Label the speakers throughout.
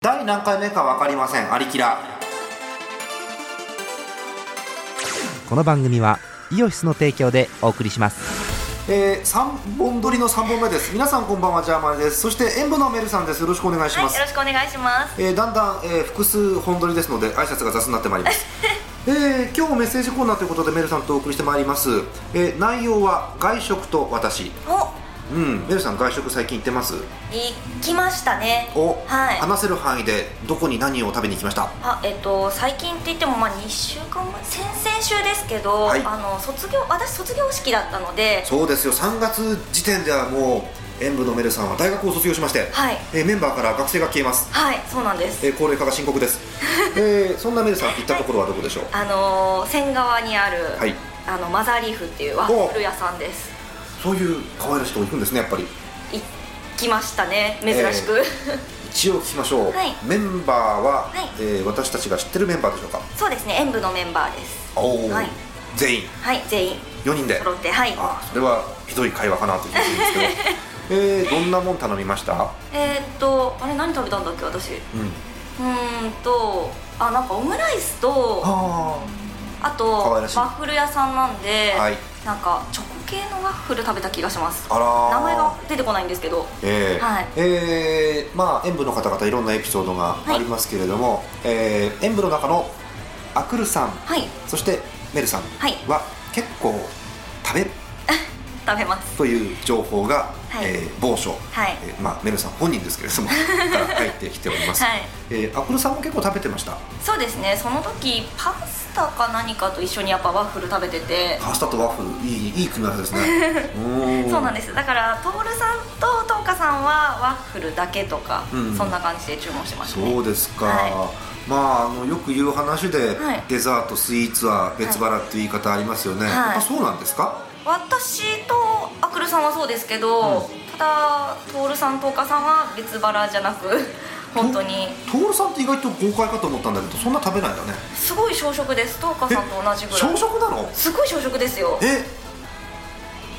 Speaker 1: 第何回目か分かりませんありきら
Speaker 2: この番組はイオシスの提供でお送りします
Speaker 1: えー、3本撮りの3本目です皆さんこんばんはジャーマネですそして演舞のメルさんですよろしくお願いし
Speaker 3: はい、
Speaker 1: ま
Speaker 3: よ
Speaker 1: す、
Speaker 3: ろしくお願いします。
Speaker 1: えーだんだん、えー複数本撮りですので挨拶が雑になってまいります えー今日もメッセージコーナーということでメルさんとお送りしてまいります、えー内容は外食と私
Speaker 3: お、
Speaker 1: うんメルさん外食最近行ってます
Speaker 3: 行きましたね。
Speaker 1: お、
Speaker 3: はい。
Speaker 1: 話せる範囲でどこに何を食べに行きました
Speaker 3: あ、えっと最近って言ってもまあ2週間前、先々週ですけど、
Speaker 1: はい
Speaker 3: あの卒業私卒業式だったので、
Speaker 1: そうですよ3月時点ではもう演舞のメルさんは大学を卒業しまして、
Speaker 3: はい
Speaker 1: えーメンバーから学生が消えます、
Speaker 3: はい、そうなんです。
Speaker 1: えー高齢化が深刻 です、えーそんなメルさん行ったところはどこでしょう
Speaker 3: あのー仙川にある、
Speaker 1: はい
Speaker 3: あのマザーリーフっていうワッフル屋さんです。
Speaker 1: そういう可愛らしいとこ行くんですねやっぱり
Speaker 3: 行きましたね、珍しく。
Speaker 1: 一応聞きましょう、
Speaker 3: はい
Speaker 1: メンバーは、
Speaker 3: はい
Speaker 1: えー私たちが知ってるメンバーでしょうか
Speaker 3: そうですね、演舞のメンバーです。
Speaker 1: おお、
Speaker 3: はい
Speaker 1: 全員
Speaker 3: はい、全員
Speaker 1: 4人で
Speaker 3: 揃って、はい。
Speaker 1: あーそれはひどい会話かなという気がするんで すけど、えーどんなもん頼みました
Speaker 3: えーっとあれ何食べたんだっけ私。
Speaker 1: うん
Speaker 3: うーんとあなんかオムライスと
Speaker 1: あ
Speaker 3: あと
Speaker 1: 可愛
Speaker 3: ワ
Speaker 1: らしい
Speaker 3: ッフル屋さんなんで、
Speaker 1: はい
Speaker 3: なんかチョコ系のワッフル食べた気がします
Speaker 1: あらー
Speaker 3: 名前が出てこないんですけど
Speaker 1: えー
Speaker 3: はい
Speaker 1: えーまあ演舞の方々いろんなエピソードがありますけれども、えー演舞の中のアクルさん
Speaker 3: はい
Speaker 1: そしてメルさん
Speaker 3: はい
Speaker 1: は結構食べっ
Speaker 3: 食べます
Speaker 1: という情報が、
Speaker 3: はい
Speaker 1: えー某所、
Speaker 3: はい
Speaker 1: えーまあ、メルさん本人ですけれど もから入ってきております、
Speaker 3: はい
Speaker 1: えーアップルさんも結構食べてました
Speaker 3: そうですねその時パスタか何かと一緒にやっぱワッフル食べてて
Speaker 1: パスタとワッフルいいいい組み合わせです ね
Speaker 3: そうなん
Speaker 1: で
Speaker 3: ですだからトールさんとトーカさんはワッフルだけとか、
Speaker 1: うん
Speaker 3: そんな感じで注文しましたね
Speaker 1: そうですか、
Speaker 3: は
Speaker 1: まあ、あのよく言う話で、
Speaker 3: はい
Speaker 1: デザートスイーツは別腹っていう言い方ありますよね、
Speaker 3: はい
Speaker 1: やっぱそうなんですか
Speaker 3: 私とアクルさんはそうですけど、
Speaker 1: うん
Speaker 3: ただトールさんと岡さんは別腹じゃな く本当に
Speaker 1: と徹さんって意外と豪快かと思ったんだけどそんな食べないんだね
Speaker 3: すごい小食ですと岡さんと同じぐら
Speaker 1: 小
Speaker 3: い
Speaker 1: 食なの
Speaker 3: すごい小食ですよ
Speaker 1: え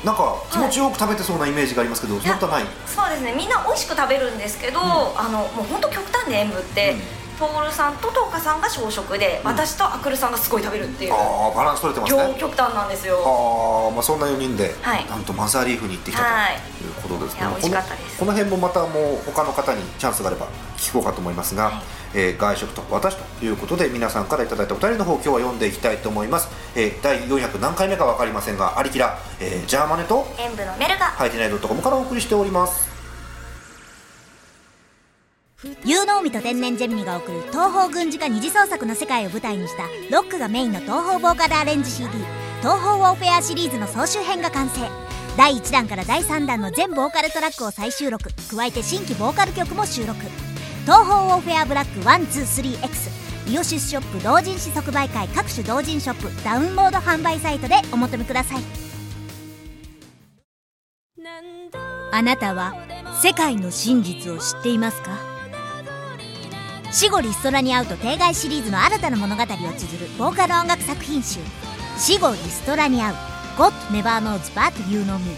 Speaker 1: なんか気持ちよく食べてそうなイメージがありますけど、そんなことはない
Speaker 3: そうですねみんな美味しく食べるんですけど、あのもう本当極端で演舞って、トールさんとトーカさんが小食で、私とアクルさんがすごい食べるっていう
Speaker 1: ああバランス取れてますね
Speaker 3: 両極端なんですよ
Speaker 1: あーまあ、そんな4人で、
Speaker 3: はい
Speaker 1: なんとマザーリーフに行ってきた
Speaker 3: はい
Speaker 1: ということですね、
Speaker 3: いや
Speaker 1: この
Speaker 3: 美味しかったです
Speaker 1: この辺もまたもう他の方にチャンスがあれば聞こうかと思いますが、
Speaker 3: はい
Speaker 1: えー外食と私ということで皆さんからいただいたお便りの方今日は読んでいきたいと思います、えー第400何回目か分かりませんがありきら、えージャーマネと
Speaker 3: 演舞のメルが
Speaker 1: ハイテナイドットコムからお送りしております
Speaker 4: 有能美と天然ジェミニが送る東方軍事化二次創作の世界を舞台にしたロックがメインの東方ボーカルアレンジ CD「東方ウォーフェア」シリーズの総集編が完成第1弾から第3弾の全ボーカルトラックを再収録加えて新規ボーカル曲も収録「東方ウォーフェアブラック 123X」イオシスショップ同人誌即売会各種同人ショップダウンロード販売サイトでお求めくださいあなたは世界の真実を知っていますか死後リストラに会うと定外シリーズの新たな物語を綴るボーカル音楽作品集「死後リストラに会う God Never Knows But You Know Me」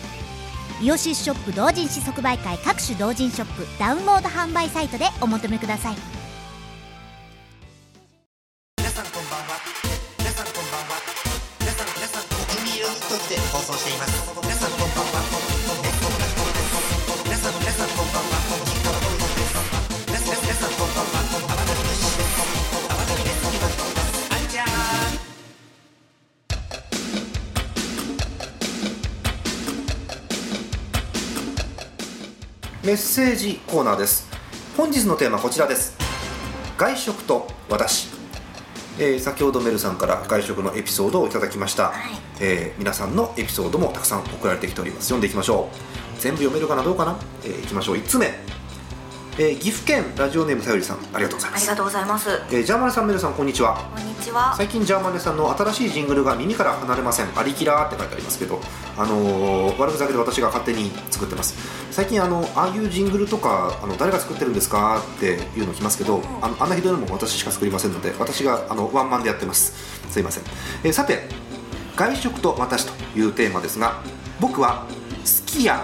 Speaker 4: イオシスショップ同人誌即売会各種同人ショップダウンロード販売サイトでお求めください
Speaker 5: 皆さんこんばんは皆さんこんばんは皆さん皆さん国民色にとって放送しています皆さんこんばんは皆さん皆さんこんばんは皆さん皆さんこんばんはあなたにですあなたにですあんちゃーん
Speaker 1: メッセージコーナーです本日のテーマこちらです外食と私、えー先ほどメルさんから外食のエピソードをいただきました、
Speaker 3: はい
Speaker 1: えー皆さんのエピソードもたくさん送られてきております読んでいきましょう全部読めるかなどうかな、えーいきましょう1つ目、えー岐阜県ラジオネームさよりさんありがとうござい
Speaker 3: あ
Speaker 1: ま
Speaker 3: り
Speaker 1: す
Speaker 3: がとうございます
Speaker 1: えージャーマネさんメルさんこんにちは
Speaker 3: こんにちは
Speaker 1: 最近ジャーマネさんの新しいジングルが耳から離れません「アリキラー」って書いてありますけど、あのー悪ふざけで私が勝手に作ってます最近あのああいうジングルとかあの誰が作ってるんですかっていうの来ますけどあのあんなひどいのも私しか作りませんので私があのワンマンでやってますすいません、えーさて「外食と私」というテーマですが僕はすき家を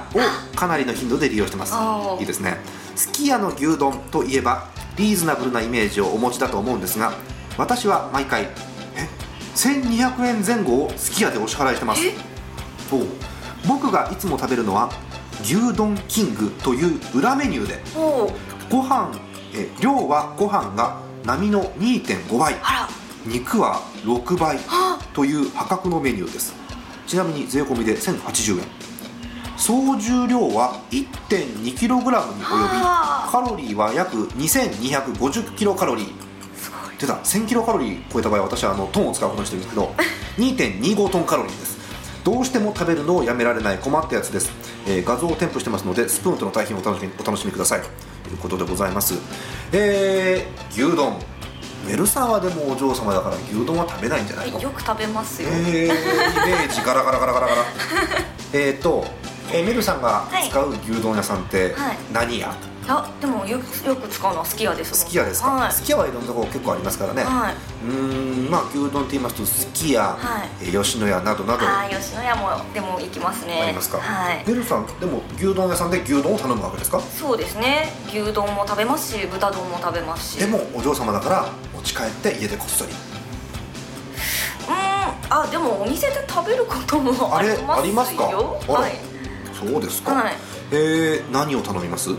Speaker 1: かなりの頻度で利用してます
Speaker 3: あー
Speaker 1: いいですねすき家の牛丼といえばリーズナブルなイメージをお持ちだと思うんですが私は毎回え1200円前後をすき家でお支払いしてますおう僕がいつも食べるのは牛丼キングという裏メニューで
Speaker 3: おう
Speaker 1: ご飯え量はご飯が並の2.5倍
Speaker 3: あら
Speaker 1: 肉は6倍
Speaker 3: あ
Speaker 1: という破格のメニューですちなみに税込みで1080円総重量は 1.2kg に及び
Speaker 3: あ
Speaker 1: カロリーは約 2250kcal
Speaker 3: すごい
Speaker 1: 出た 1000kcal 超えた場合は私はあのトンを使うことにしてるんですけど 2.25トンカロリーですどうしても食べるのをやめられない困ったやつです、えー画像を添付してますのでスプーンとの対比もお楽しみお楽しみくださいということでございますえー、牛丼メルサンはでもお嬢様だから牛丼は食べないんじゃないの
Speaker 3: よく食べますよ、
Speaker 1: え ー、イメージガラガラガラガラガラえーと、えーメルさんが使う牛丼屋さんって
Speaker 3: はい
Speaker 1: 何屋、
Speaker 3: あでもよくよく使うのは好き屋です
Speaker 1: すき家ですか、
Speaker 3: はい
Speaker 1: すき家はいろんなとこ結構ありますからね、
Speaker 3: はい、
Speaker 1: うーんまあ牛丼と言いますとすき家、
Speaker 3: はい
Speaker 1: えー吉野家などなど
Speaker 3: あ
Speaker 1: あ
Speaker 3: ー吉野家もでも行きますね
Speaker 1: りますか、
Speaker 3: はい
Speaker 1: メルさんでも牛丼屋さんで牛丼を頼むわけですか
Speaker 3: そうですね牛丼も食べますし豚丼も食べますし
Speaker 1: でもお嬢様だから持ち帰って家でこっそり
Speaker 3: うーんあでもお店で食べることも
Speaker 1: あ
Speaker 3: あ
Speaker 1: れ
Speaker 3: りますよ
Speaker 1: ありますかあら
Speaker 3: はい
Speaker 1: そうですか、
Speaker 3: はい
Speaker 1: えー何を頼みます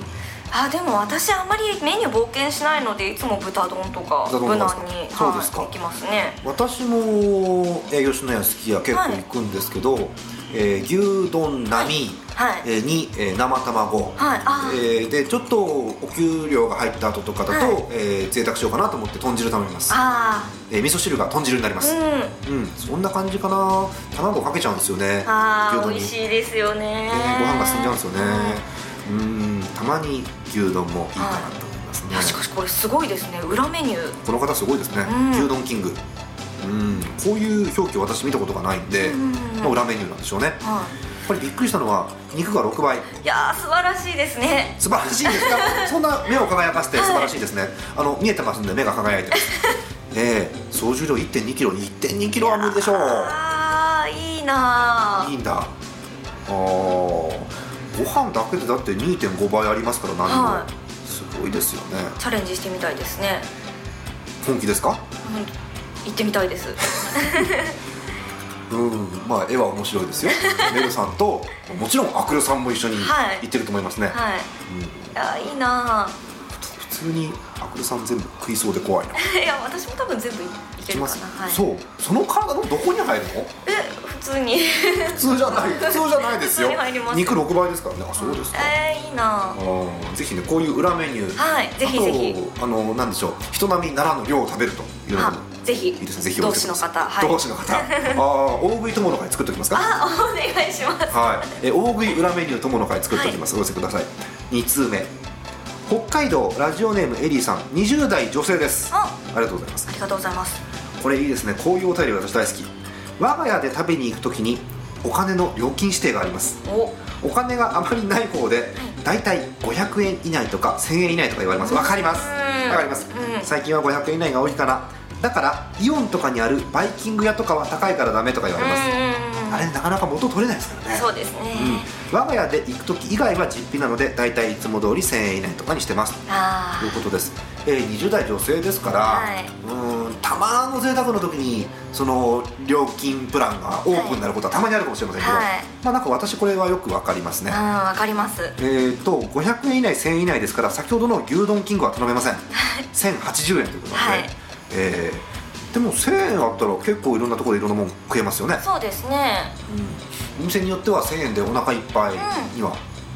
Speaker 3: あでも私あんまりメニュー冒険しないのでいつも豚丼とか
Speaker 1: 豚
Speaker 3: 無
Speaker 1: 丼
Speaker 3: 難に
Speaker 1: なんですかそう
Speaker 3: は
Speaker 1: で
Speaker 3: い
Speaker 1: すか
Speaker 3: 行きますね
Speaker 1: 私も、えー吉野家好きや結構行くんですけど、えー牛丼並、
Speaker 3: はい
Speaker 1: えーに、えー生卵、
Speaker 3: はいあー
Speaker 1: えーでちょっとお給料が入った後とかだと、
Speaker 3: はい
Speaker 1: えー贅沢しようかなと思って豚汁頼みます、
Speaker 3: あ
Speaker 1: えー味噌汁が豚汁になりま
Speaker 3: あ
Speaker 1: す、
Speaker 3: うん
Speaker 1: うんそんな感じかな卵かけちゃうんですよね
Speaker 3: あ
Speaker 1: 牛
Speaker 3: あ
Speaker 1: 丼
Speaker 3: 美
Speaker 1: に、
Speaker 3: 味しいですよ
Speaker 1: え
Speaker 3: ね、
Speaker 1: ーご飯が進んじゃうんですよねうんたまに牛丼もいいかなと思いますね、
Speaker 3: いやしかしこれすごいですね裏メニュー
Speaker 1: この方すごいですね、
Speaker 3: うん
Speaker 1: 牛丼キングうんこういう表記を私見たことがないんで、
Speaker 3: うん
Speaker 1: まあ裏メニューなんでしょうねやっ
Speaker 3: は
Speaker 1: ぱりびっくりしたのは肉が6倍
Speaker 3: いいやー素晴らしいですね
Speaker 1: 素晴らし いですかそんな目を輝かせて素晴らしいですね、あの見えてますんで目が輝いてますええ総重量1 2キロ1 2キロは無理でしょう
Speaker 3: ああいいない
Speaker 1: い
Speaker 3: ー
Speaker 1: んだあーご飯だけでだって2.5倍ありますから何も、
Speaker 3: は
Speaker 1: すごいですよね
Speaker 3: チャレンジしてみたいですね
Speaker 1: 本気ですか
Speaker 3: うん行ってみたいです
Speaker 1: うん、まあ絵は面白い ですよ。メルさんともちろんアクルさんも一緒に
Speaker 3: はい
Speaker 1: 行ってると思いますね。
Speaker 3: はい
Speaker 1: うん
Speaker 3: いやーいいなー
Speaker 1: 普通にアクルさん全部食いそうで怖いな。い
Speaker 3: いや私も多分全部い
Speaker 1: き
Speaker 3: ける
Speaker 1: ま
Speaker 3: か
Speaker 1: す
Speaker 3: な、。はい、
Speaker 1: そう、その体のどこに入るの？
Speaker 3: え普通に
Speaker 1: 普通じゃ ない、普通じゃないですよ
Speaker 3: 普通に入りま。す
Speaker 1: 肉六倍ですからね。あ、そうですか。
Speaker 3: えー、いいな
Speaker 1: あーぜひねこういう裏メニュー、
Speaker 3: はいぜひぜひ
Speaker 1: あとあのなんでしょう人並みならぬ量を食べるというのも
Speaker 3: あぜひ
Speaker 1: いいですねぜひ
Speaker 3: 同志の方
Speaker 1: は、
Speaker 3: はいい
Speaker 1: 同志の方ああ大食い友の会作っておきますか
Speaker 3: あお願いします
Speaker 1: はい、え大食い裏メニュー友の会作っておきます、お寄せください2通目北海道ラジオネームエリーさん20代女性です
Speaker 3: お
Speaker 1: ありがとうございます
Speaker 3: ありがとうございます
Speaker 1: これいいですねこういうお便り私大好き我が家で食べに行くときにお金の料金指定があります
Speaker 3: お
Speaker 1: お金があまりない方で大体500円以内とか1000円以内とか言われますわかります
Speaker 3: うん
Speaker 1: わかります
Speaker 3: うん
Speaker 1: 最近は500円以内が多いかなだからイオンとかにあるバイキング屋とかは高いからダメとか言われます
Speaker 3: うん
Speaker 1: あれなかなか元取れないですからね
Speaker 3: そうですね、
Speaker 1: うん、我が家で行く時以外は実費なので大体いつも通り1000円以内とかにしてます
Speaker 3: あ
Speaker 1: ということです、えー20代女性ですから、
Speaker 3: はいう
Speaker 1: ーんたまの贅沢の時にその料金プランがオープンになることはたまにあるかもしれませんけど、
Speaker 3: はい
Speaker 1: まあなんか私これはよくわかりますね、
Speaker 3: あうんわかります
Speaker 1: えー、と500円以内1000円以内ですから先ほどの牛丼キングは頼めません1080円ということなので、
Speaker 3: はい
Speaker 1: えーでも1000円あったら結構いろんなところでいろんなもん食えますよね
Speaker 3: そうですね
Speaker 1: お店によっては1000円でお腹いっぱいには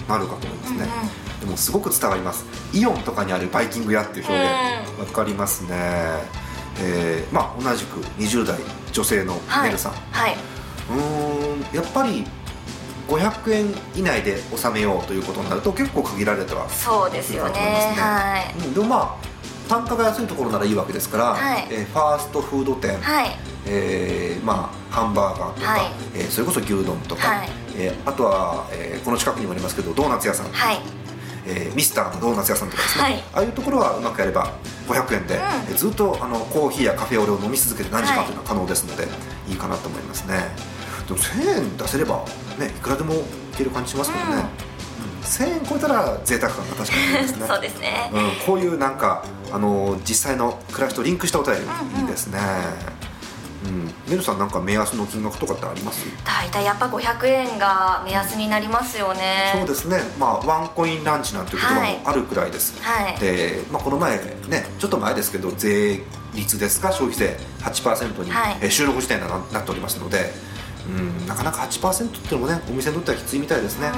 Speaker 1: なるかと思いますね、
Speaker 3: うんうん
Speaker 1: でもすごく伝わりますイオンとかにあるバイキング屋っていう表現、わかりますねえーまあ同じく20代女性の
Speaker 3: はい
Speaker 1: メルさん、
Speaker 3: はいう
Speaker 1: ーんやっぱり500円以内で納めようということになると結構限られては
Speaker 3: そうですよねはい
Speaker 1: うんでもまあ単価が安いところならいいわけですから、
Speaker 3: はい
Speaker 1: えーファーストフード店、
Speaker 3: はい
Speaker 1: えーまあ、ハンバーガーとか、
Speaker 3: はい
Speaker 1: えーそれこそ牛丼とか、
Speaker 3: はい
Speaker 1: えーあとは、えーこの近くにもありますけどドーナツ屋さん、
Speaker 3: はい
Speaker 1: えーミスターのドーナツ屋さんとかですね、
Speaker 3: はい
Speaker 1: ああいうところはうまくやれば500円で、
Speaker 3: ん
Speaker 1: えーずっとあのコーヒーやカフェオレを飲み続けて何時間というのは可能ですので、い、いかなと思いますねでも1000円出せれば、ね、いくらでもいける感じしますけどね、うん1000円超えたら贅沢感が確かにありますね
Speaker 3: そうですね
Speaker 1: うん、こういうなんか、あのー実際の暮らしとリンクしたお便りいいですね。うん、ねるさんなんか目安の金額とかってあります？
Speaker 3: 大体やっぱ500円が目安になりますよね
Speaker 1: そうですね。まあワンコインランチなんていう言葉もあるくらいです。
Speaker 3: はい
Speaker 1: で、まあこの前ね、ちょっと前ですけど税率ですか消費税8%に、
Speaker 3: はい
Speaker 1: えー収録時点でななっておりますので、うん、なかなか8%っていうのもね、お店にとってはきついみたいですね。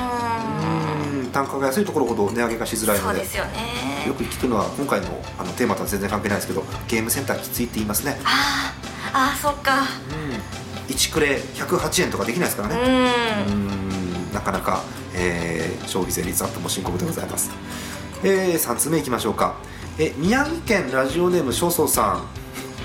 Speaker 1: うん、単価が安いところほど値上げがしづらい
Speaker 3: そ
Speaker 1: の
Speaker 3: う
Speaker 1: で
Speaker 3: で。すよね
Speaker 1: よく聞くのは今回のあのテーマとは全然関係ないですけどゲームセンターきついって言いますね、
Speaker 3: あーあーそっか
Speaker 1: うん、1クレ108円とかできないですから
Speaker 3: う
Speaker 1: ね
Speaker 3: ん
Speaker 1: うんなかなか、えー消費税率アップも深刻でございます、え3つ目いきましょうかえ宮城県ラジオネームしょうそうさん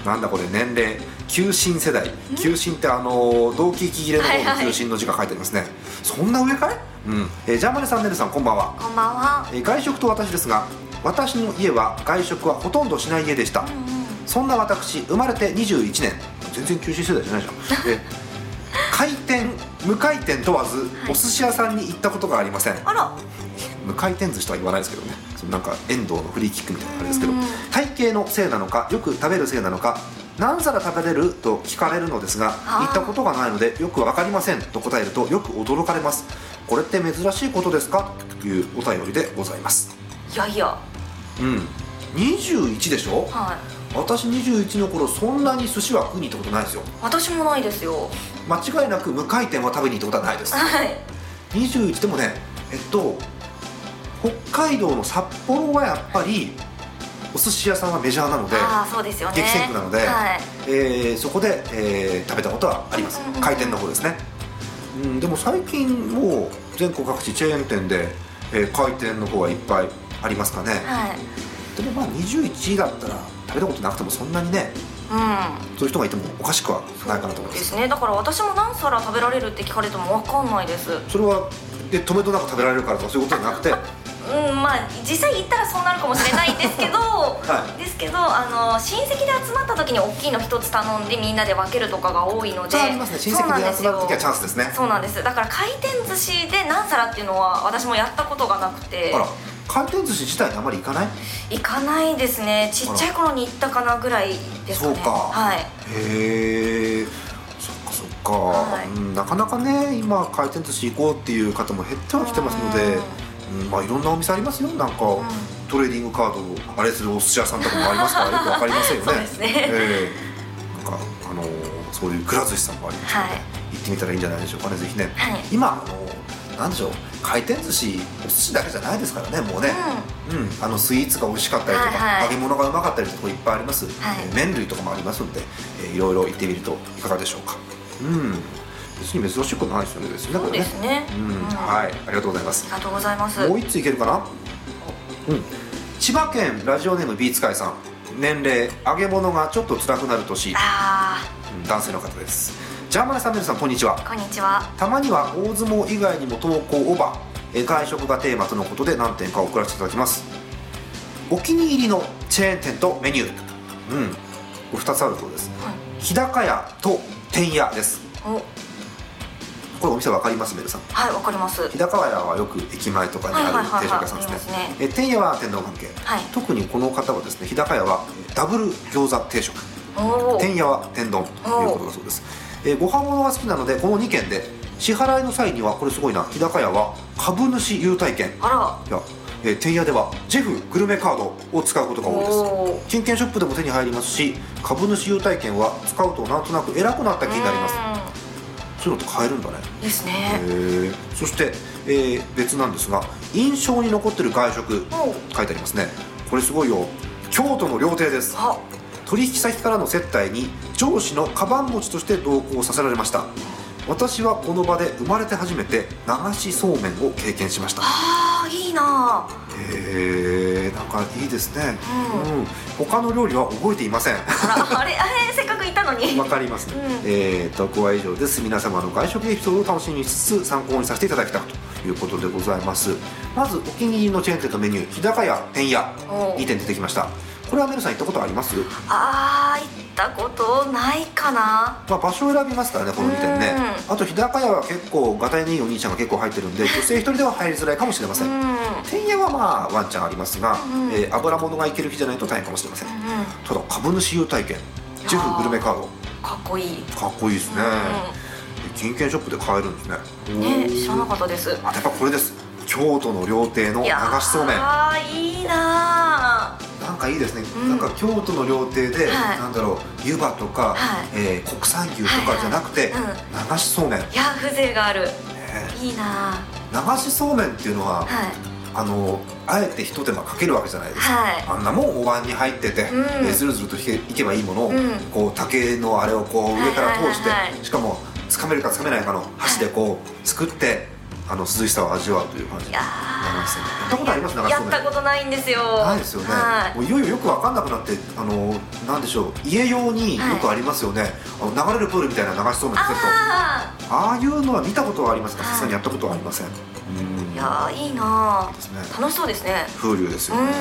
Speaker 1: なんだこれ年齢旧新世代旧新ってあのー同期息切れの
Speaker 3: はい
Speaker 1: 方
Speaker 3: は
Speaker 1: の
Speaker 3: い
Speaker 1: 旧新の字が書いてありますね、そんな上かい、うんえージャーマネさんねるさんこんばんは
Speaker 3: こんばんは
Speaker 1: えー外食と私ですが私の家は外食はほとんどしない家でした、そんな私生まれて21年全然九州世代じゃない じゃんえ回転無回転問わず、お寿司屋さんに行ったことがありません
Speaker 3: あら
Speaker 1: 無回転寿司とは言わないですけどねそのなんか遠藤のフリーキックみたいなあれですけど、体型のせいなのかよく食べるせいなのか何皿食べれると聞かれるのですが
Speaker 3: あー
Speaker 1: 行ったことがないのでよく分かりませんと答えるとよく驚かれますこれって珍しいことですかというお便りでございます
Speaker 3: いやいや
Speaker 1: うん21でしょ
Speaker 3: はい
Speaker 1: 私21の頃そんなに寿司は食いに行ったことないですよ
Speaker 3: 私もないですよ
Speaker 1: 間違いなく無回転は食べに行ったことはないです
Speaker 3: はい
Speaker 1: 21でもねえっと北海道の札幌はやっぱりお寿司屋さんはメジャーなので、
Speaker 3: ああそうですよね
Speaker 1: 激戦区なので、
Speaker 3: はい
Speaker 1: えーそこで、えー食べたことはあります、
Speaker 3: うんうんうん
Speaker 1: 回転の方ですね、うん、でも最近もう全国各地チェーン店で、えー回転の方はいっぱいありますかね、
Speaker 3: はい
Speaker 1: でもまあ21だったら食べたことなくてもそんなにね
Speaker 3: うん
Speaker 1: そういう人がいてもおかしくはないかなと思いま
Speaker 3: ですすねだから私も何皿食べられるって聞かれても分かんないです
Speaker 1: それはで止めどなく食べられるからとかそういうことじゃなくて
Speaker 3: うんまあ実際行ったらそうなるかもしれないんです けど、
Speaker 1: い
Speaker 3: ですけどあの親戚で集まった時に大きいの一つ頼んでみんなで分けるとかが多いので
Speaker 1: じゃあありますね親戚で集まるときはチャン
Speaker 3: ス
Speaker 1: スですね
Speaker 3: そうなんですだから回転寿司で何皿っていうのは私もやったことがなくて
Speaker 1: あら回転寿司自体にあまり行かないへ
Speaker 3: 行かないですねちっちゃい頃に行ったかなぐらいですかね
Speaker 1: そうか
Speaker 3: はい
Speaker 1: えそっかそっか、
Speaker 3: はい
Speaker 1: うんなかなかね今回転寿司行こうっていう方も減ってはきてますので、うんまあいろんなお店ありますよなんか、トレーディングカードをあれするお寿司屋さんとかもありますからよくわかりませんよね
Speaker 3: そうですね
Speaker 1: ええなんかあのーそういうくら寿司さんもありますので、
Speaker 3: はい
Speaker 1: 行ってみたらいいんじゃないでしょうかねぜひね、
Speaker 3: はい
Speaker 1: 今あのーなんでしょう回転寿司お寿司だけじゃないですからねもうね、うんあのスイーツが美味しかったりとか、
Speaker 3: はいはい
Speaker 1: 揚げ物がうまかったりとかいっぱいあります、
Speaker 3: はい
Speaker 1: えー麺類とかもありますので、えーいろいろ行ってみるといかがでしょうかうん別に珍しくないですよね別にね
Speaker 3: そうですね
Speaker 1: これねうん、
Speaker 3: うん
Speaker 1: はいありがとうございます
Speaker 3: ありがとうございます
Speaker 1: もう一ついけるかな。うん。千葉県ラジオネームビーツカイさん。年齢揚げ物がちょっと辛くなる年、
Speaker 3: あ
Speaker 1: うん男性の方です。ジャーマネさんメルさんこんにちは
Speaker 3: あ。こんにちは
Speaker 1: たまには大相撲以外にも投稿オーバーえー外食がテーマとのことで何点か送らせていただきますお気に入りのチェーン店とメニューうんこれ2つあるそうです、
Speaker 3: はい
Speaker 1: 日高屋と天屋です
Speaker 3: お
Speaker 1: これお店わかりますメルさん
Speaker 3: はいわかります
Speaker 1: 日高屋はよく駅前とかにあ
Speaker 3: はい
Speaker 1: る
Speaker 3: はいはいはい
Speaker 1: 定食屋さんですね,、
Speaker 3: あります
Speaker 1: え天屋は天皇関係、
Speaker 3: はい
Speaker 1: 特にこの方はですね日高屋はえダブル餃子定食
Speaker 3: おお
Speaker 1: 天屋は天丼ということだそうです、えーご飯物が好きなのでこの2軒で支払いの際にはこれすごいな日高屋は株主優待券
Speaker 3: あら
Speaker 1: いや、えー、天屋ではジェフグルメカードを使うことが多い
Speaker 3: お
Speaker 1: です金券ショップでも手に入りますし株主優待券は使うとなんとなく偉くなった気になります
Speaker 3: す
Speaker 1: そういうのって買えるんだね
Speaker 3: です
Speaker 1: へ
Speaker 3: ね
Speaker 1: ーそして、えー別なんですが印象に残ってる外食
Speaker 3: おう
Speaker 1: 書いてありますねこれすごいよ京都の料亭です
Speaker 3: あ
Speaker 1: 取引先からの接待に上司のカバン持ちとして同行させられました私はこの場で生まれて初めて流しそうめんを経験しました
Speaker 3: あーいいな
Speaker 1: へえなんかいいですね、
Speaker 3: う
Speaker 1: うん他の料理は覚えていません
Speaker 3: あらあれあれせっかくいたのに
Speaker 1: わかりますね、
Speaker 3: う
Speaker 1: えー、投稿は以上です皆様の外食エピソードを楽しみにしつつ参考にさせていただきたいということでございますまずお気に入りのチェーン店とメニュー日高屋天屋
Speaker 3: おう
Speaker 1: 2点出てきましたこれはメルさん行ったことあります
Speaker 3: あー行っったことないかな
Speaker 1: まあ、場所を選びますからねこの2点ねあと日高屋は結構がたいのいいお兄ちゃんが結構入ってるんで女性一人では入りづらいかもしれませんてんやはまあワンちゃんありますが、えー油物がいける日じゃないと大変かもしれません、ただ株主優待券ジェフグルメカード
Speaker 3: かっこいい
Speaker 1: かっこいいですね、金券ショップで買えるんですね
Speaker 3: ね知らなかったです
Speaker 1: あやっぱこれです京都の料亭の流
Speaker 3: い
Speaker 1: し
Speaker 3: やー
Speaker 1: そうめん
Speaker 3: いいなー
Speaker 1: なんかいいですね、
Speaker 3: うん
Speaker 1: なんか京都の料亭で、
Speaker 3: はい
Speaker 1: なんだろう湯葉とか、
Speaker 3: はい
Speaker 1: えー国産牛とかじゃなくて、
Speaker 3: はいはい
Speaker 1: 流しそうめん、ね、
Speaker 3: いや風情があるいいな
Speaker 1: 流しそうめんっていうのは、
Speaker 3: ーはい
Speaker 1: あのあえて一手間かけるわけじゃないですか、
Speaker 3: はい
Speaker 1: あんなもんお椀に入ってて、
Speaker 3: ん
Speaker 1: えーずるずるといけいけばいいものを、
Speaker 3: うん
Speaker 1: こう竹のあれをこう上から通して、
Speaker 3: はいはいはいはい
Speaker 1: しかもつかめるかつかめないかの箸でこう作って、あの涼しさを味わうという感じ
Speaker 3: いや
Speaker 1: 流しそうめんやったことあります流し
Speaker 3: や
Speaker 1: そう
Speaker 3: っ
Speaker 1: めん
Speaker 3: たことないんですよ
Speaker 1: ないですよね、
Speaker 3: はい
Speaker 1: もういよいよよく分かんなくなってあのなんでしょう家用によくありますよね、あの流れるプールみたいな流しそうめんのセット
Speaker 3: あ
Speaker 1: ああいうのは見たことはありますが
Speaker 3: はい
Speaker 1: さすがにやったことはありません、うん
Speaker 3: ーいやーいいな
Speaker 1: です
Speaker 3: ー
Speaker 1: ね
Speaker 3: 楽しそうですね
Speaker 1: 風流です
Speaker 3: う
Speaker 1: よね、
Speaker 3: ん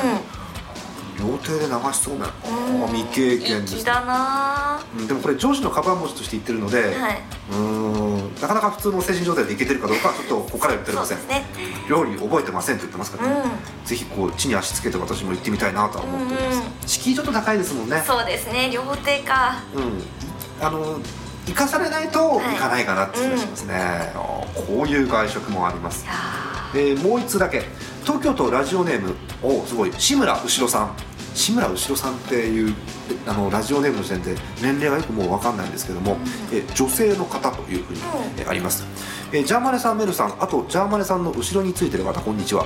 Speaker 1: 料亭で流しそうめん、あ
Speaker 3: う
Speaker 1: ー
Speaker 3: ん
Speaker 1: 未経験です、
Speaker 3: 粋だな
Speaker 1: うんでもこれ上司のカバン持ちとして言ってるので、
Speaker 3: ーはいう
Speaker 1: ーんなかなか普通の精神状態でいけてるかどうかはちょっとここからは言っており
Speaker 3: そ
Speaker 1: ま
Speaker 3: う
Speaker 1: せ
Speaker 3: で
Speaker 1: ん、
Speaker 3: すね
Speaker 1: 料理覚えてませんと言ってますか
Speaker 3: う
Speaker 1: らね、
Speaker 3: ん
Speaker 1: ぜひこう地に足つけて私も行ってみたいなとは思っております、
Speaker 3: うん
Speaker 1: 敷居ちょっと高いですもんね
Speaker 3: そうですね両手か
Speaker 1: うん、あの生かされないと行
Speaker 3: はい
Speaker 1: かないかなって気がしますね、あーこういう外食もあります
Speaker 3: いやー
Speaker 1: えーもう一通だけ東京都ラジオネームおすごい志村後ろさん志村後ろさんっていうえあのラジオネームの時点で年齢がよくもう分かんないんですけども、えー女性の方というふうに、
Speaker 3: う
Speaker 1: えーあります、えージャーマネさんメルさんあとジャーマネさんの後ろについてる方こんにちは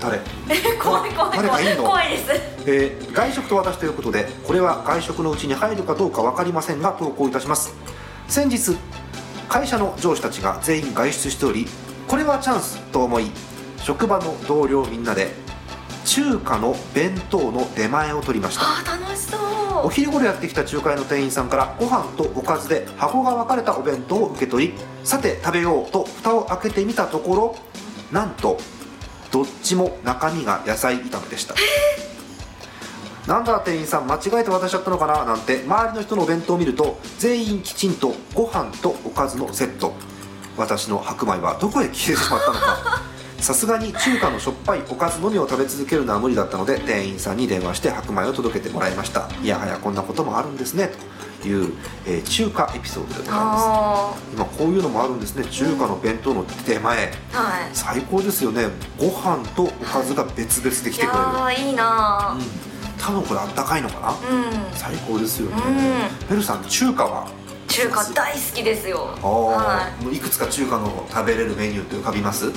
Speaker 1: 誰
Speaker 3: え怖い 怖い
Speaker 1: 誰か
Speaker 3: 怖
Speaker 1: いい
Speaker 3: い
Speaker 1: の
Speaker 3: 怖いです
Speaker 1: えー外食と私ということでこれは外食のうちに入るかどうか分かりませんが投稿いたします先日会社の上司たちが全員外出しておりこれはチャンスと思い職場の同僚みんなで中華の弁当の出前を取りました
Speaker 3: あー楽しそう
Speaker 1: お昼頃やってきた仲介の店員さんからご飯とおかずで箱が分かれたお弁当を受け取りさて食べようと蓋を開けてみたところなんとどっちも中身が野菜炒めでしたなんだ店員さん間違えて渡しちゃったのかななんて周りの人のお弁当を見ると全員きちんとご飯とおかずのセット私の白米はどこへ消えてしまったの かさすがに中華のしょっぱいおかずのみを食べ続けるのは無理だったので店員さんに電話して白米を届けてもらいましたいやはやこんなこともあるんですねという、えー中華エピソードでございます
Speaker 3: あ
Speaker 1: 今こういうのもあるんですね中華の弁当の出前
Speaker 3: ーはい
Speaker 1: 最高ですよねご飯とおかずが別々で来
Speaker 3: い
Speaker 1: て
Speaker 3: や
Speaker 1: くれる
Speaker 3: ーいいな
Speaker 1: 多分これあったかいのかな、
Speaker 3: ーうん、
Speaker 1: 最高ですよね、
Speaker 3: う
Speaker 1: ベルさん中華は
Speaker 3: 中華大好きですよ
Speaker 1: あー
Speaker 3: はい
Speaker 1: もういくつか中華の食べれるメニューって浮かびます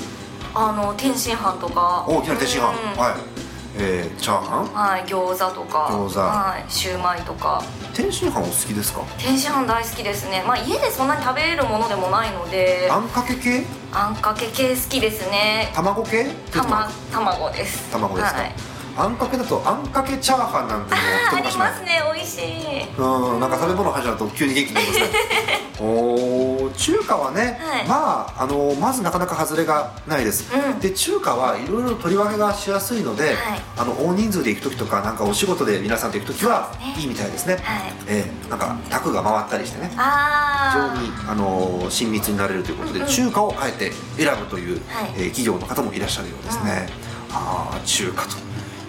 Speaker 3: あの天津飯とか
Speaker 1: 大きな天津飯
Speaker 3: うん
Speaker 1: はい、えー、チャーハン
Speaker 3: はい、餃子とか
Speaker 1: 餃子
Speaker 3: はい、シューマイとか
Speaker 1: 天津飯お好きですか
Speaker 3: 天津飯大好きですねまあ家でそんなに食べれるものでもないので
Speaker 1: あんかけ系
Speaker 3: あんかけ系好きですね
Speaker 1: 卵系
Speaker 3: たま卵です
Speaker 1: 卵ですか、
Speaker 3: はい、
Speaker 1: あんかけだとあんかけチャーハンなんていうの
Speaker 3: あ
Speaker 1: 一
Speaker 3: ーあり
Speaker 1: 昔前
Speaker 3: ますね美味しい
Speaker 1: うん、なんか食べ物始まると急に元気になります ねおー中華はね、
Speaker 3: はい
Speaker 1: まああのまずなかなか外れがないです、
Speaker 3: うん
Speaker 1: で中華はいろいろ取り分けがしやすいので、
Speaker 3: い
Speaker 1: あの大人数で行く時とかなんかお仕事で皆さんと行く時は
Speaker 3: そうですね
Speaker 1: いいみたいですね
Speaker 3: はい
Speaker 1: ええなんかタクが回ったりしてね非常
Speaker 3: あ
Speaker 1: にあのー親密になれるということで、
Speaker 3: うんうん
Speaker 1: 中華をあえて選ぶという、
Speaker 3: はい
Speaker 1: えー企業の方もいらっしゃるようですね、ああ中華と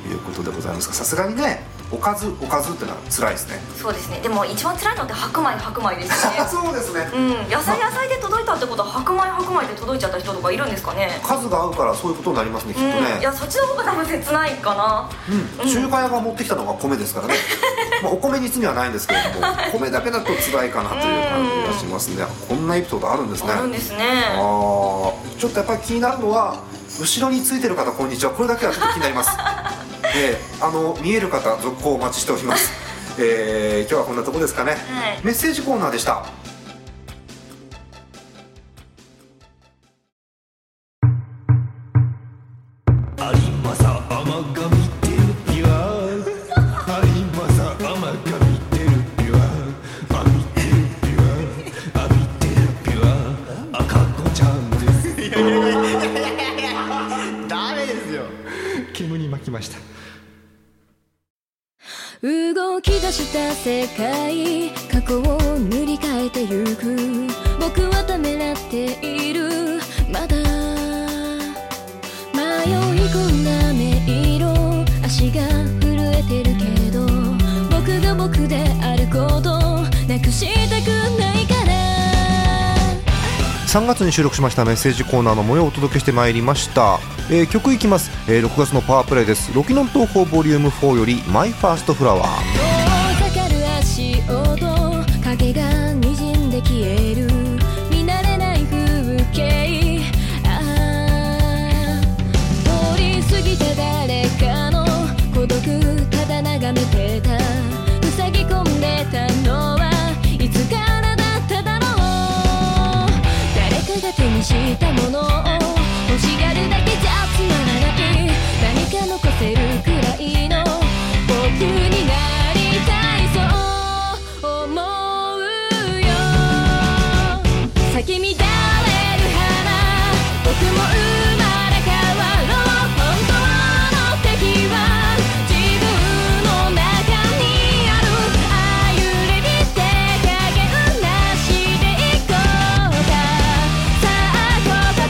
Speaker 1: いうことでございますがさすがにねおかずおかずってのは辛いですね
Speaker 3: あそうですねでも一番辛いのって白米白米ですよね
Speaker 1: あ そうですね、
Speaker 3: うん野菜野菜で届いたってことは白米白米で届いちゃった人とかいるんですかね
Speaker 1: 数が合うからそういうことになりますねきっ
Speaker 3: う
Speaker 1: と
Speaker 3: ん、
Speaker 1: ね、
Speaker 3: いやそっちの方が多分切ないかな
Speaker 1: うん中華屋が持ってきたのが米ですからねまあお米に罪はないんですけれ ども米だけだと辛いかなという感じがしますねこんなエピソードあるんですね
Speaker 3: あるんですね
Speaker 1: あーちょっとやっぱり気になるのは後ろについてる方こんにちはこれだけはちょっと気になります であの見える方続行お待ちしております、えー今日はこんなとこですかね、
Speaker 3: はい
Speaker 1: メッセージコーナーでした
Speaker 6: 有正甘が見てるピュア有正甘が見てるピュアあ見てるピュアあ見てるピュア赤子ちゃんですいやいやいやいや誰ですよ煙に巻きました
Speaker 7: 動き出した世界過去を塗り替えてゆく僕はためらっているまだ迷い込んだ音色足が震えてるけど僕が僕であることなくしたくないから
Speaker 1: 3月に収録しましたメッセージコーナーの模様をお届けしてまいりました、えー曲いきます、えー6月のパワープレイですロキノン東宝ボリューム4よりマイファーストフラワー
Speaker 7: 遠ざかる足音影が滲んで消える見慣れない風景ああ通り過ぎた誰かの孤独ただ眺めてた塞ぎ込んでたのはいつからだっただろう誰かが手にしたものを欲しがるだけじゃつまらない何か残せるくらいの僕になりたいそう思うよ咲き乱れる花僕も生まれ変わろう本当の敵は自分の中にあるあゆれに手加減なしでいこうかさあここから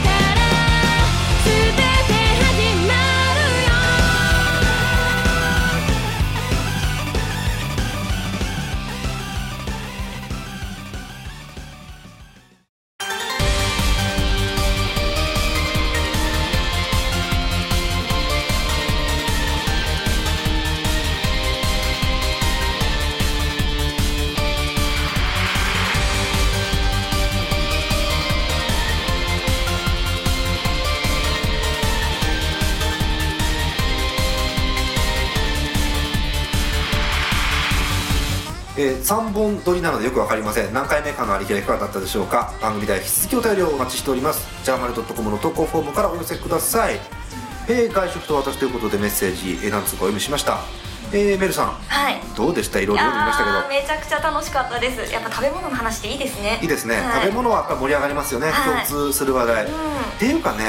Speaker 7: 全て始まるよ
Speaker 1: えー、3本撮りなのでよくわかりません何回目かのありきらいかがだったでしょうか番組では引き続きお便りをお待ちしておりますジャーマルドットコムの投稿フォームからお寄せくださいえー、外食と私ということでメッセージ、えー、何通かお読みしましたえー、メルさん
Speaker 3: はい
Speaker 1: どうでしたいろ
Speaker 3: い
Speaker 1: いろ
Speaker 3: や
Speaker 1: 読みましたけど
Speaker 3: ーめちゃくちゃ楽しかったですやっぱ食べ物の話っていいですね
Speaker 1: いいですね、
Speaker 3: は
Speaker 1: 食
Speaker 3: い
Speaker 1: べ物はやっぱり盛り上がりますよね、
Speaker 3: はい
Speaker 1: 共通する話題、っていうかね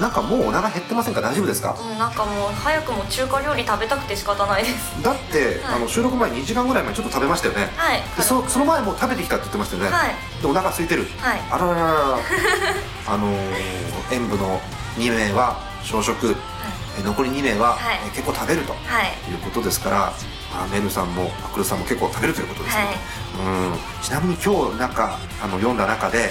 Speaker 1: なんかもうお腹減ってませんか大丈夫ですか、
Speaker 3: うん、なんかもう早くも中華料理食べたくて仕方ないです
Speaker 1: だって、
Speaker 3: はい
Speaker 1: あの収録前2時間ぐらい前ちょっと食べましたよね、
Speaker 3: はい
Speaker 1: でそその前もう食べてきたって言ってましたよね、
Speaker 3: はい
Speaker 1: でお腹空いてる、
Speaker 3: はい
Speaker 1: あららら らあのー演舞の2名は小食、え残り2名は、
Speaker 3: はい
Speaker 1: え結構食べると
Speaker 3: はい
Speaker 1: いうことですから、あメルさんもアクルさんも結構食べるということですね、
Speaker 3: はい
Speaker 1: うんちなみに今日なんかあの読んだ中で、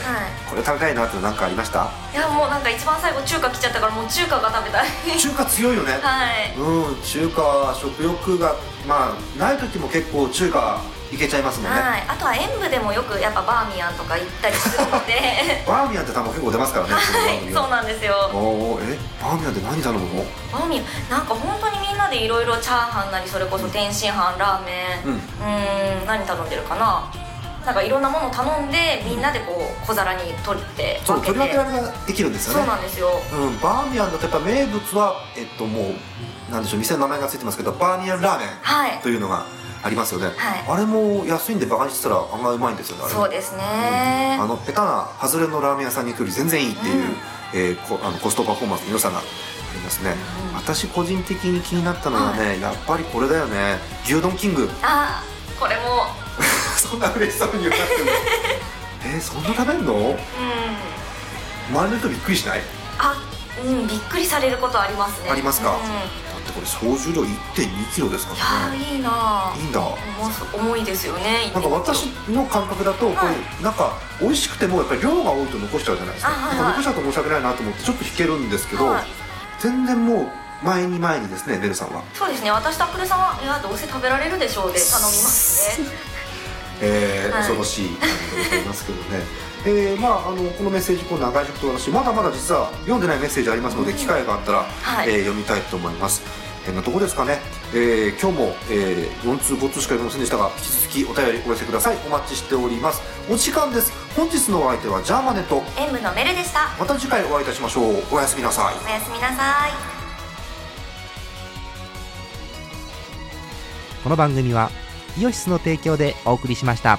Speaker 1: これ食べたいなっていうの何かありました
Speaker 3: いやもうなんか一番最後中華来ちゃったからもう中華が食べたい
Speaker 1: 中華強いよね、
Speaker 3: はい
Speaker 1: うん中華は食欲がまあない時も結構中華いけちゃいますもんね、
Speaker 3: はい、あとは演舞でもよくやっぱバーミヤンとか行ったりするので
Speaker 1: バーミヤンって卵結構出ますからね、
Speaker 3: はい
Speaker 1: この
Speaker 3: そ
Speaker 1: 番
Speaker 3: うなんですよ
Speaker 1: 組はおーえバーミヤンって何頼むの
Speaker 3: バーミヤンなんか本当にみんなでいろいろチャーハンなりそれこそ天津飯ラーメン
Speaker 1: うん
Speaker 3: うーん何頼んでるかななんかいろんなもの頼んでみんなでこう小皿に取って
Speaker 1: そう
Speaker 3: 分
Speaker 1: 取
Speaker 3: け
Speaker 1: り
Speaker 3: て
Speaker 1: 分けられができるんですよ
Speaker 3: そう
Speaker 1: ね
Speaker 3: なんですよ
Speaker 1: うん、バーミヤンだとやっぱ名物はえっともうなんでしょう店の名前がついてますけどバーミヤンラーメ
Speaker 3: は
Speaker 1: ン
Speaker 3: い
Speaker 1: というのがありますよね、
Speaker 3: い
Speaker 1: あれも安いんでバカにしてたら案外うまいんですよねあれ
Speaker 3: そうですね
Speaker 1: あの下手な外れのラーメン屋さんに行くより全然いいっていう、えーこあのコストパフォーマンスの良さがありますね、私個人的に気になったのはね、やっぱりこれだよね牛丼キング
Speaker 3: あこれも
Speaker 1: そんな嬉しそうに言わなくてもえー、そんな食べんの
Speaker 3: うん
Speaker 1: 周りの人びっくりしない
Speaker 3: あうんびっくりされることありますね
Speaker 1: ありますか
Speaker 3: うん、い
Speaker 1: だってこれ総重量1 2キロですからね
Speaker 3: やーいいない
Speaker 1: いんだ
Speaker 3: ぁ重いですよね
Speaker 1: なんか私の感覚だと、こ
Speaker 3: は
Speaker 1: うなんか美味しくてもやっぱり量が多いと残しちゃうじゃないですか
Speaker 3: あはいはい
Speaker 1: なんか残しちゃうと申し訳ないなと思ってちょっと引けるんですけど、
Speaker 3: はい
Speaker 1: 全然もう前に前にですねベルさんは、
Speaker 3: そうですね私とアクルさんはいやどうせ食べられるでしょうで頼み ますね
Speaker 1: えー
Speaker 3: はい
Speaker 1: 恐ろしい感じでございますけどね えーまああのこのメッセージコーナー外食と私まだまだ実は読んでないメッセージありますので、機会があったら、
Speaker 3: はい
Speaker 1: えー読みたいと思います変なとこですかね、えー今日も、えー4通5通しか読めませんでしたが引き続きお便りお寄せくださいお待ちしておりますお時間です本日のお相手はジャーマネと
Speaker 3: 塩分のメルでした
Speaker 1: また次回お会いいたしましょうおやすみなさい
Speaker 3: おやすみなさい
Speaker 2: この番組はイオシスの提供でお送りしました。